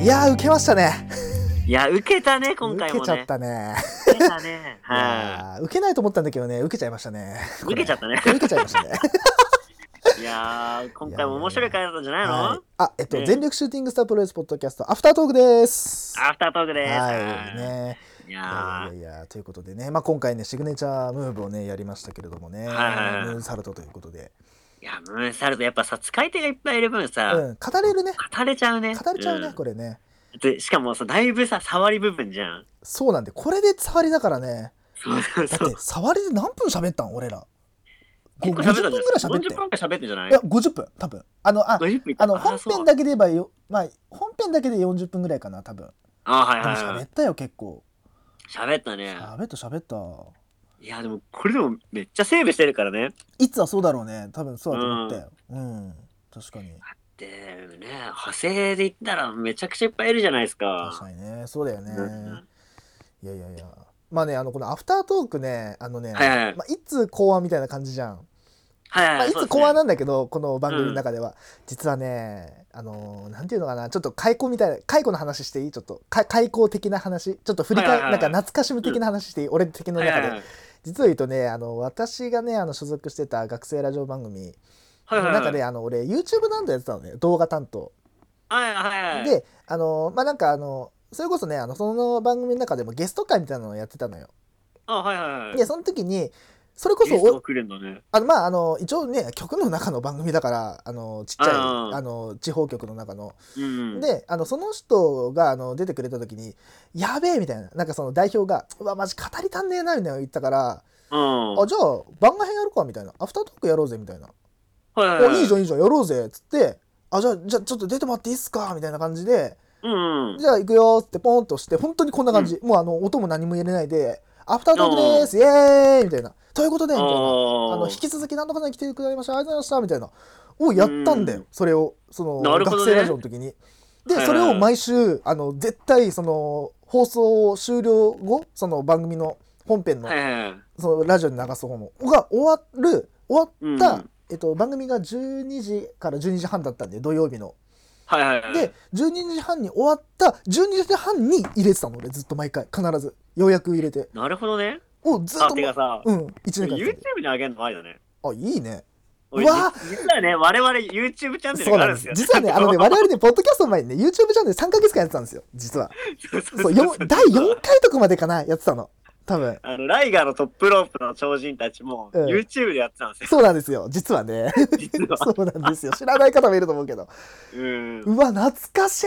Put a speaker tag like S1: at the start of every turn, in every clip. S1: ー、受けましたね。
S2: いや、受けたね、今
S1: 受
S2: 回
S1: け
S2: も
S1: ちゃ
S2: ね
S1: っ。たね。
S2: 受けたね。はい
S1: やー受けないと思ったんだけどね、受けちゃいました ね。
S2: い。受けちゃったね。
S1: 受けちゃいましたね。
S2: いやー、今回も面白い回だったんじゃないの
S1: はい、あ、えっと、
S2: ね
S1: 全力シューティングスタープロレスポッドキャスト、アフタートークです。
S2: アフタートークです。
S1: はい。ね
S2: い
S1: いや
S2: や
S1: いやいやということでね、まあ、今回ねシグネチャームーブをねやりましたけれどもね、
S2: はい
S1: ムーンサルトということで、
S2: ー、いや、ムーンサルト、やっぱさ、使い手がいっぱいいる分さ、
S1: うん、語れるね
S2: 語れちゃうね。
S1: 語れちゃうね、
S2: ん
S1: これね
S2: でしかもさ、だいぶさ、触り部分じゃん。
S1: そうなんでこれで触りだからね
S2: そうそう
S1: だっ
S2: そう
S1: て。触りで何分喋ったん俺らご
S2: 結構
S1: 50
S2: 喋
S1: 分
S2: ったんじゃ
S1: ぐらい喋
S2: ない
S1: って
S2: ?40 分くらい喋ってんじゃない
S1: いや50分多分あのあ
S2: ?50 分
S1: あの本
S2: そう
S1: 編だけで言えばよまあ本編だけで40分ぐらいかな多分
S2: あ、は
S1: で
S2: い
S1: も
S2: はいは
S1: 喋
S2: い
S1: っ。たよ結構
S2: 喋ったね。
S1: 喋った喋った
S2: いや、でも、これでもめっちゃセーブしてるからね。
S1: いつはそうだろうね多分そうだと思ったようん、確かに
S2: で、ね、派生で言ったらめちゃくちゃいっぱいいるじゃないですか。
S1: 確かにねそうだよね、
S2: うん
S1: いやいやいや。まあね、あの、このアフタートークね、あのね、
S2: はいはいはい
S1: まあ、いつ考案みたいな感じじゃん。
S2: はいはい、
S1: まあ、い
S2: そう
S1: つ
S2: ですね
S1: 考案なんだけど、この番組の中では。実はね、あのー、なんていうのかな、ちょっと開口みたいな、解雇の話していいちょっと、か開口的な話。ちょっと振り返、
S2: はいはいはい
S1: なんか懐かしむ的な話していい、俺的の
S2: はい
S1: 中
S2: は
S1: で。
S2: いはい
S1: 実を言うとね、あの、私がね、あの、所属してた学生ラジオ番組
S2: はい
S1: の
S2: はい
S1: 中で、あの、俺、YouTube なんだやってたのね、動画担当。
S2: はいはいはい
S1: で、あのー、まあ、なんかあの、それこそね、あの、その番組の中でもゲスト会みたいなのをやってたのよ。
S2: あはいはいはい
S1: でその時にそれこそ
S2: ゲストも
S1: お
S2: 来るんだね
S1: あのまああの一応ね局の中の番組だからあのちっちゃい
S2: あ
S1: あ
S2: あ
S1: の地方局の中の、
S2: うん
S1: であのその人があの出てくれた時に「やべえ」みたいななんかその代表が「うわマジ語り足んねえな」みたいなの言ったから「
S2: うん
S1: あじゃあ番外編やるか」みたいな「アフタートークやろうぜ」みたいな「
S2: はいはい
S1: お
S2: はい
S1: いいじゃんいいじゃんやろうぜ」っつって「あじゃあじゃあちょっと出てもらっていいっすか」みたいな感じで
S2: うんうん
S1: じゃあ行くよーってポンと押して、本当にこんな感じ。もうあの、音も何も入れないで、アフタートークでーすイエーイみたいな。ということで、みたいな。あの、引き続き何とかに来てくださいました。ありがとうございました。みたいな。をやったんだ
S2: う
S1: よ。それを、その、
S2: なるほどね
S1: 学生ラジオの時に。で、それを毎週、あの、絶対、その、放送終了後、その番組の本編の
S2: は、いはいはい
S1: そのラジオに流す方も、が終わる、終わっ
S2: う
S1: た
S2: ん、
S1: えっと、番組が12時から12時半だったんで、土曜日の。
S2: はいはいはい
S1: で12時半に終わった12時半に入れてたの俺ずっと毎回必ずようやく入れて
S2: なるほどね
S1: をずっ
S2: あ
S1: と
S2: てかさ
S1: うん1年間やって
S2: YouTube に上げるのありだね
S1: たあいいね
S2: 俺
S1: うわ
S2: 実実はね我々 YouTube チャンネル
S1: そう
S2: があ
S1: なん
S2: るん
S1: で
S2: ですす
S1: よ実
S2: よ
S1: はねあのね我々ねポッドキャストの前にね YouTube チャンネル3ヶ月間やってたんですよ実は
S2: そうそう
S1: そ
S2: そうう
S1: よん第4回とかまでかなやってたの多分
S2: あのライガーのトップロープの超人たちも
S1: うん
S2: YouTube でやってたんですよ
S1: そうなんですよ実は ね
S2: 実は
S1: そうなんですよ知らない方もいると思うけど
S2: うん
S1: うわ懐かしい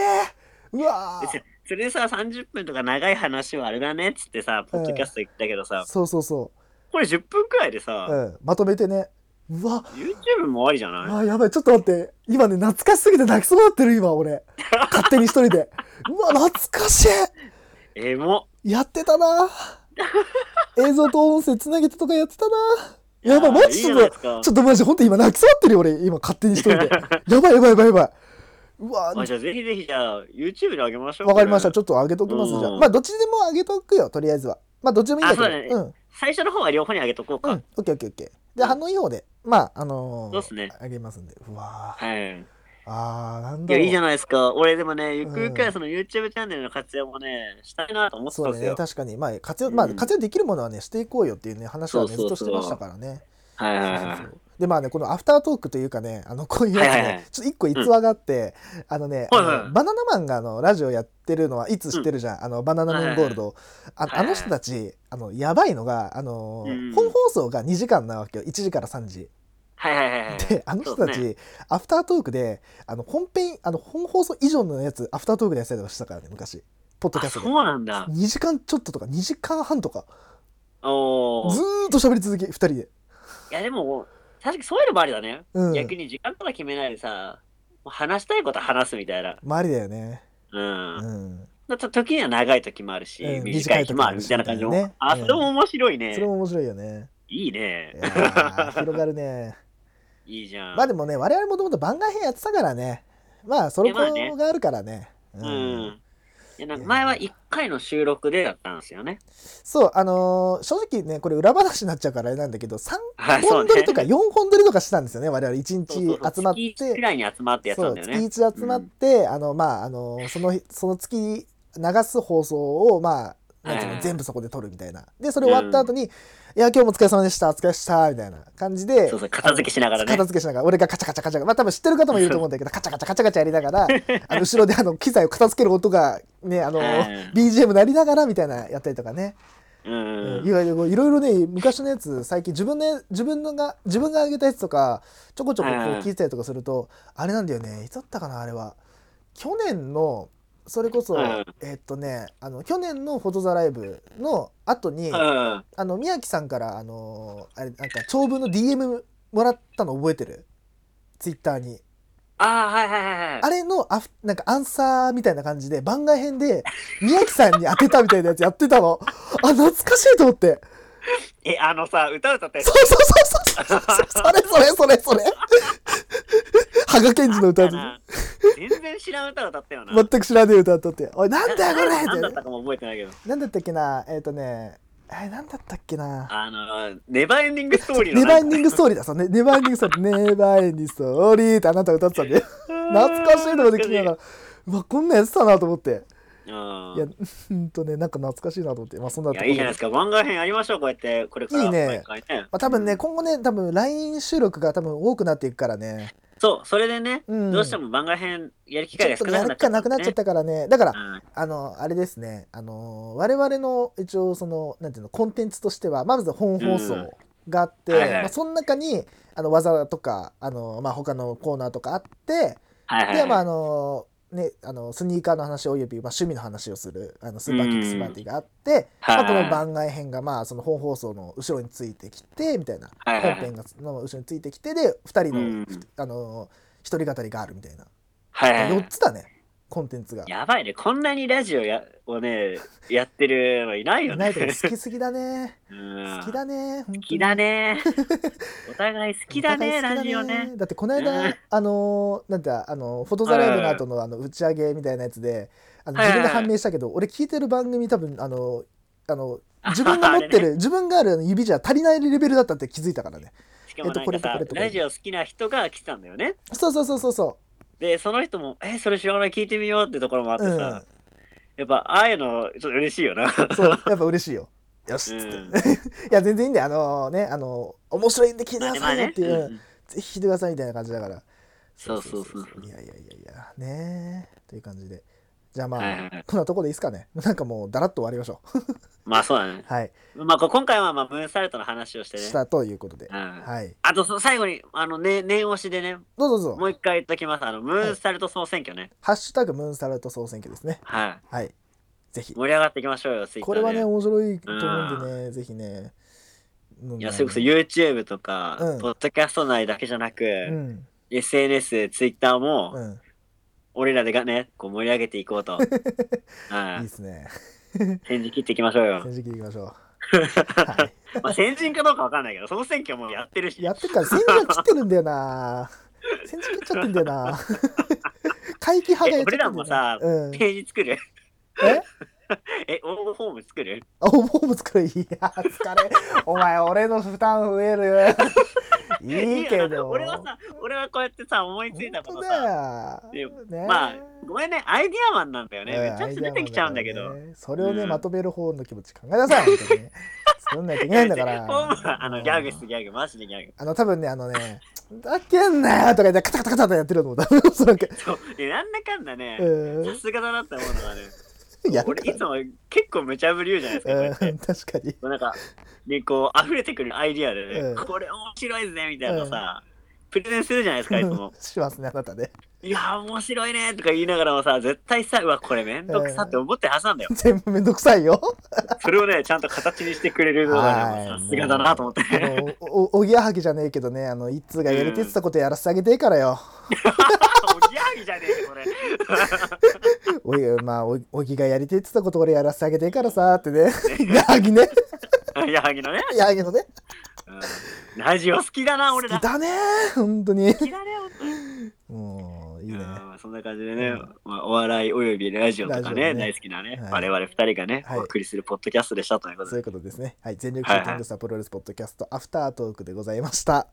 S1: うわ
S2: でせそれでさ30分とか長い話はあれだねっつってさポッドキャスト言ったけどさ、
S1: そうそうそ
S2: これ10分くらいで
S1: う、
S2: さ、
S1: うん、まとめてねうわ
S2: YouTube も終わりじゃない
S1: あーやばいちょっと待って今ね懐かしすぎて泣きそうになってる今 俺勝手に一人でうわ懐かし
S2: えも
S1: いやってた な映像と音声つなげてとかやってたなやばい
S2: あー
S1: マジち
S2: い
S1: ょ
S2: いじゃない
S1: っ
S2: です
S1: と
S2: か
S1: ちょっとマジ本当今泣きそうになってるよ俺今勝手に一人 でやばいやばいやばいやばいうわ
S2: あじゃあぜひぜひじゃあ YouTube であげましょう
S1: わかりました
S2: こ
S1: ちょっと上げときます
S2: うん
S1: じゃあまあどっちでも上げとくよとりあえずはまあどっちでもいいんだけど
S2: あそうだねれ最初の方は両方にあげとこう
S1: う
S2: か、
S1: んうんオッケーオッケーオッケーで反応いい方でまああのー
S2: そうっすね
S1: 上げますんでうわー
S2: はい
S1: あーなん
S2: い
S1: だ
S2: や
S1: ろう
S2: いいじゃないですか俺でもねゆくゆく
S1: う
S2: は
S1: ん
S2: その YouTube チャンネルの活用もねしたいなと思ってた
S1: そ
S2: ん
S1: う
S2: で
S1: だ
S2: す
S1: ね
S2: よ、
S1: 確かにまあ活用、まあ
S2: うん
S1: 活用できるものはねしていこうよっていうね話はね
S2: そ
S1: ず
S2: う
S1: っ
S2: そうそう
S1: としてましたからね。
S2: はいはいはい
S1: そうそうでまあねこのアフタートークというかねあのこういうやつね、
S2: はいはいはい
S1: ちょっと一個逸話があって、あのね、
S2: はいはい
S1: あのバナナマンがあのラジオやってるのはいつ知ってるじゃん、あのバナナマンゴールド、
S2: いはい
S1: ああの人たちあのやばいのがあの、
S2: うん
S1: 本放送が2時間なわけよ1時から3時。
S2: はいはいはいはい
S1: であの人たち、
S2: そうね
S1: アフタートークであの本編あの本放送以上のやつアフタートークでやってたりとかしてたからね昔ポッドキャ
S2: あ
S1: スト
S2: そ
S1: で。
S2: うなんだ
S1: 2時間ちょっととか2時間半とか
S2: お
S1: ず
S2: ー
S1: ーっと喋り続け2人で、
S2: いやでも確かにそういうのもありだね、
S1: うん、
S2: 逆に時間とか決めないでさもう話したいことは話すみたいな
S1: 周りだよね、
S2: うん
S1: うん、
S2: だと時には長い時もあるし、
S1: うん
S2: 短い時もあるみたいな
S1: 短
S2: 感
S1: い
S2: じ
S1: 時
S2: も、
S1: もあるしね
S2: あ
S1: うん
S2: それも面白いね
S1: それも面白いよね
S2: いい
S1: い
S2: ね
S1: やー広がるね
S2: いいじゃん、
S1: まあでもね我々もともと番外編やってたからねまあソロコ
S2: まあね
S1: ンがあるからね,、
S2: うんいえなんか前は1回の収録でだったんですよね。
S1: そう、あのー正直ね、これ裏話になっちゃうからあれなんだけど、3
S2: はいそう
S1: 本
S2: ね
S1: 撮りとか4本撮りとかしたんですよね、我々1
S2: そうそうそう
S1: 日集まっ
S2: 月1く
S1: て。
S2: らいに集まってやつ
S1: そ
S2: なん
S1: う、
S2: だよ
S1: 月
S2: ね。
S1: 1集まって、あの、まあ、あのーその日、その月流す放送を、まあ、なんていう
S2: うん
S1: の、全部そこで撮るみたいな。で、それ終わった後に、いや、今日もお疲れ様でした、お疲れ様でした、みたいな感じで
S2: そう、そう、片付けしながらね
S1: 片。付けしながら、俺がカチャカチャカチャ、まあ多分知ってる方もいると思うんだけど、カチャカチャカチャカチャやりながら、あの後ろであの機材を片付ける音が、ね、あの、
S2: うん
S1: BGM なりながらみたいなやったりとかね。
S2: うん
S1: い。やいやこういろいろね、昔のやつ、最近自分で、自分のが、自分が上げたやつとか、ちょこちょここう
S2: うん
S1: 聞いてたりとかすると、あれなんだよね、いつだったかな、あれは。去年の、それこそ、
S2: うん
S1: えっとね、あの、去年のフォトザライブの後に、
S2: うん。
S1: あの宮城さんからあのーあれなんか長文の DM もらったの覚えてるツイッターに
S2: ああ、はいはいはいはい
S1: あ。れのアフなんかアンサーみたいな感じで番外編で宮城さんに当てたみたいなやつやってたのあ懐かしいと思って
S2: え、あのさ、歌歌って
S1: そ。うそうそうそうそうそれそれそれそれ羽賀健二の歌
S2: だ
S1: で
S2: な全然知らん歌歌っ たよな。
S1: 全く知らねえ歌歌って「おいなんだよこれ!」
S2: 何
S1: っ
S2: だってたかも覚えてないけど。
S1: なんだったっけなえっ、とねえなんだったっけな
S2: あの、ネバーエンディングストーリーの
S1: ネ
S2: な
S1: バー
S2: んか。
S1: エンディングストーリーだ、そうね、ネバーエンディングストーリー、ネバーエンディングストーリーってあなた歌ってたんで、懐かしいとこで聞きながら、うわ、こんなんやってたなと思って、
S2: うん
S1: いや、ほんとね、なんか懐かしいなと思って、まあそんないと
S2: や、
S1: こ
S2: いい
S1: ろ
S2: じゃ
S1: で
S2: ないですか。番外編やりましょう、こうやって。これから。
S1: いいね
S2: 毎回ね
S1: まあ多分ね、今後ね、多分 LINE 収録が多分多くなっていくからね、
S2: そう、それでね、
S1: うん
S2: どうしても番外編やる機
S1: ち
S2: 会
S1: ょっ
S2: が
S1: と
S2: 少
S1: ね、
S2: な
S1: や
S2: くな
S1: る気
S2: っちゃ
S1: がな
S2: った
S1: くな
S2: ん
S1: っ
S2: で
S1: ちゃっ
S2: すね。
S1: たからね、だから、
S2: うん
S1: あの、あれですね、あの、我々の一応、その、なんていうの、コンテンツとしては、まず本放
S2: うん
S1: 送があって、
S2: はいはい
S1: まあ、その中に、あの技とか、あの、まあ、他のコーナーとかあって、
S2: はいはい。
S1: でまああのねあのスニーカーの話および、まあ、趣味の話をするあのスーパーキックスパーティーがあって、
S2: は
S1: ま
S2: い
S1: あ、この番外編がまあその本放送の後ろについてきてみたいな
S2: はいは
S1: 本
S2: い
S1: 編がの後ろについてきてで2人の、
S2: うん
S1: あの一人語りがあるみたいな
S2: はいはいは
S1: 4
S2: い。
S1: つだねコンテンツが。
S2: やばいね。こんなにラジオやをね、やってるのいないよ
S1: な
S2: ね。
S1: いけど好きすぎだね
S2: うん
S1: 好きだね好
S2: 好きだね。お互い好きだね、ラジオね。
S1: だってこの
S2: う
S1: 間
S2: ん
S1: あのなんだあのフォトザライブの後のあの打ち上げみたいなやつであの
S2: はい
S1: 自分
S2: はいはい
S1: で判明したけど俺聞いてる番組多分あのあの自分が持って
S2: あれね。
S1: る自分がある指じゃ足りないレベルだったって気づいたからね
S2: しかもなん
S1: えっとこれと
S2: か
S1: こ
S2: さ
S1: れと、これ
S2: ラジオ好きな人が来てたんだよね。
S1: そうそうそうそうそ
S2: で、その人も、え、それ知らない聞いてみようってところもあって
S1: う、うん、そう
S2: さ、やっぱ、ああいうの、ちょっと嬉しいよな。
S1: やっぱ嬉しいよよしっつって、
S2: うん
S1: いや全然いいんだよあのねあの面白いんで聞いてくだ
S2: ま
S1: さ
S2: あ
S1: いよっ
S2: ね
S1: ていう、
S2: うん
S1: ぜひ聞いてくださいみたいな感じだから
S2: そうそうそうそう
S1: いやいやいやいやねえという感じでじゃあまあ、
S2: はいはいはい
S1: こんなとこでいいですかね なんかもうだらっと終わりましょう
S2: まあそうだね。
S1: はい
S2: まあこ今回はまあムーンサルトの話をして
S1: し
S2: ね。
S1: たということで、
S2: うん
S1: はい
S2: あとそ最後に、あの、ね、念押しでね、
S1: どうぞどう
S2: も
S1: ぞ
S2: う一回言っときます。あの、ムーンサルト総選挙ね。
S1: 「ハッシュタグムーンサルト総選挙」ですね
S2: はい。
S1: はいぜひ
S2: 盛り上がっていきましょうよ、ツイッター
S1: これはね、面白いと思うんでね、ぜひね。うん
S2: いや、それこそ YouTube とか、
S1: うん
S2: ポッドキャスト内だけじゃなく、
S1: うん、
S2: SNS、Twitter も、
S1: うん、
S2: 俺らでがね、こう盛り上げていこ うと。
S1: いい
S2: は
S1: ですね。
S2: い。先陣切っていきましょうよ。
S1: 先陣切りいきま しょう。は
S2: まあ、先陣かどうかわかんないけど、その選挙もやってるし
S1: い、。やってるから、先陣切ってるんだよな。先陣切っちゃってんだよ な。回帰派がやっちゃってんだよな。
S2: え
S1: うん、
S2: ページ作る
S1: え
S2: え、応募フォーム作る
S1: あ、おぼぶ作る。い や、疲れ。お前、俺の負担増え る。いいけ
S2: や
S1: ど。
S2: 俺はさ、俺はこうやってさ、思いついたこ
S1: 本当
S2: とさ。
S1: だよ。ね
S2: まあ、ごめんね、アイデアマンなんだよね。
S1: うん
S2: めちゃくちゃ出てきちゃうんだけ
S1: アイデアマン
S2: ど。
S1: だからねそれをね、
S2: うん
S1: まとめる方の気持ち考えなさい、本当にね。作んないといけないんだか
S2: いや別にフォーム
S1: ら。
S2: はあの、ギャグっす、ギャグ、マジでギャグ。
S1: あの、多分ね、あのね、だけんなよとか言って、カタカタカタカタやってるのも多分、おそ らく。
S2: そう、でなんだかんだね、さ
S1: う
S2: すがだなって思うのはね、
S1: ん。 やる
S2: 俺
S1: か
S2: いつも結構無茶ぶり言うじゃないですか、こうやっ
S1: ら。う
S2: て
S1: ん、。確かに。
S2: こうなんか、ね、こう、溢れてくるアイディアでね、
S1: うん。
S2: これ面白いぜ、みたいなのさ、プレゼンするじゃないですか、いつも
S1: しますね、あなたね。
S2: いやー、面白いねとか言いながらもさ、絶対さ、うわ、これめんどくさって思ってるはずなんだよ。
S1: 全部めんどくさいよ。
S2: それをね、ちゃんと形にしてくれるのがね、
S1: はい
S2: さすがだなと思って。
S1: あの、お、おおぎやはぎじゃねえけどね、あの、一通がやりてってたことやらせてあげてえからよ。
S2: おぎやはぎじゃねえよ、これ。
S1: おい、まあ、お、おぎがやりてってたこと俺やらせてあげてえからさ、ってね。 やはぎね。
S2: おぎやはぎのね。
S1: やはぎのね。
S2: うんラジオ好きだな、
S1: 好
S2: 俺
S1: き
S2: ら。好
S1: だね、本当に。
S2: きだね、本当に
S1: もう、いいいうね。
S2: まあそんな感じでね、
S1: うん
S2: まあ、お笑いおよびラジオとか
S1: ラジオ
S2: ね
S1: ね
S2: 大好きなね、
S1: はい
S2: 我々二人がね、
S1: はい
S2: お送りするポッドキャストでしたということ
S1: そう
S2: で
S1: いうことですね。はい。全力シューティングスタープロレスポッドキャスト、アフタートークでございました。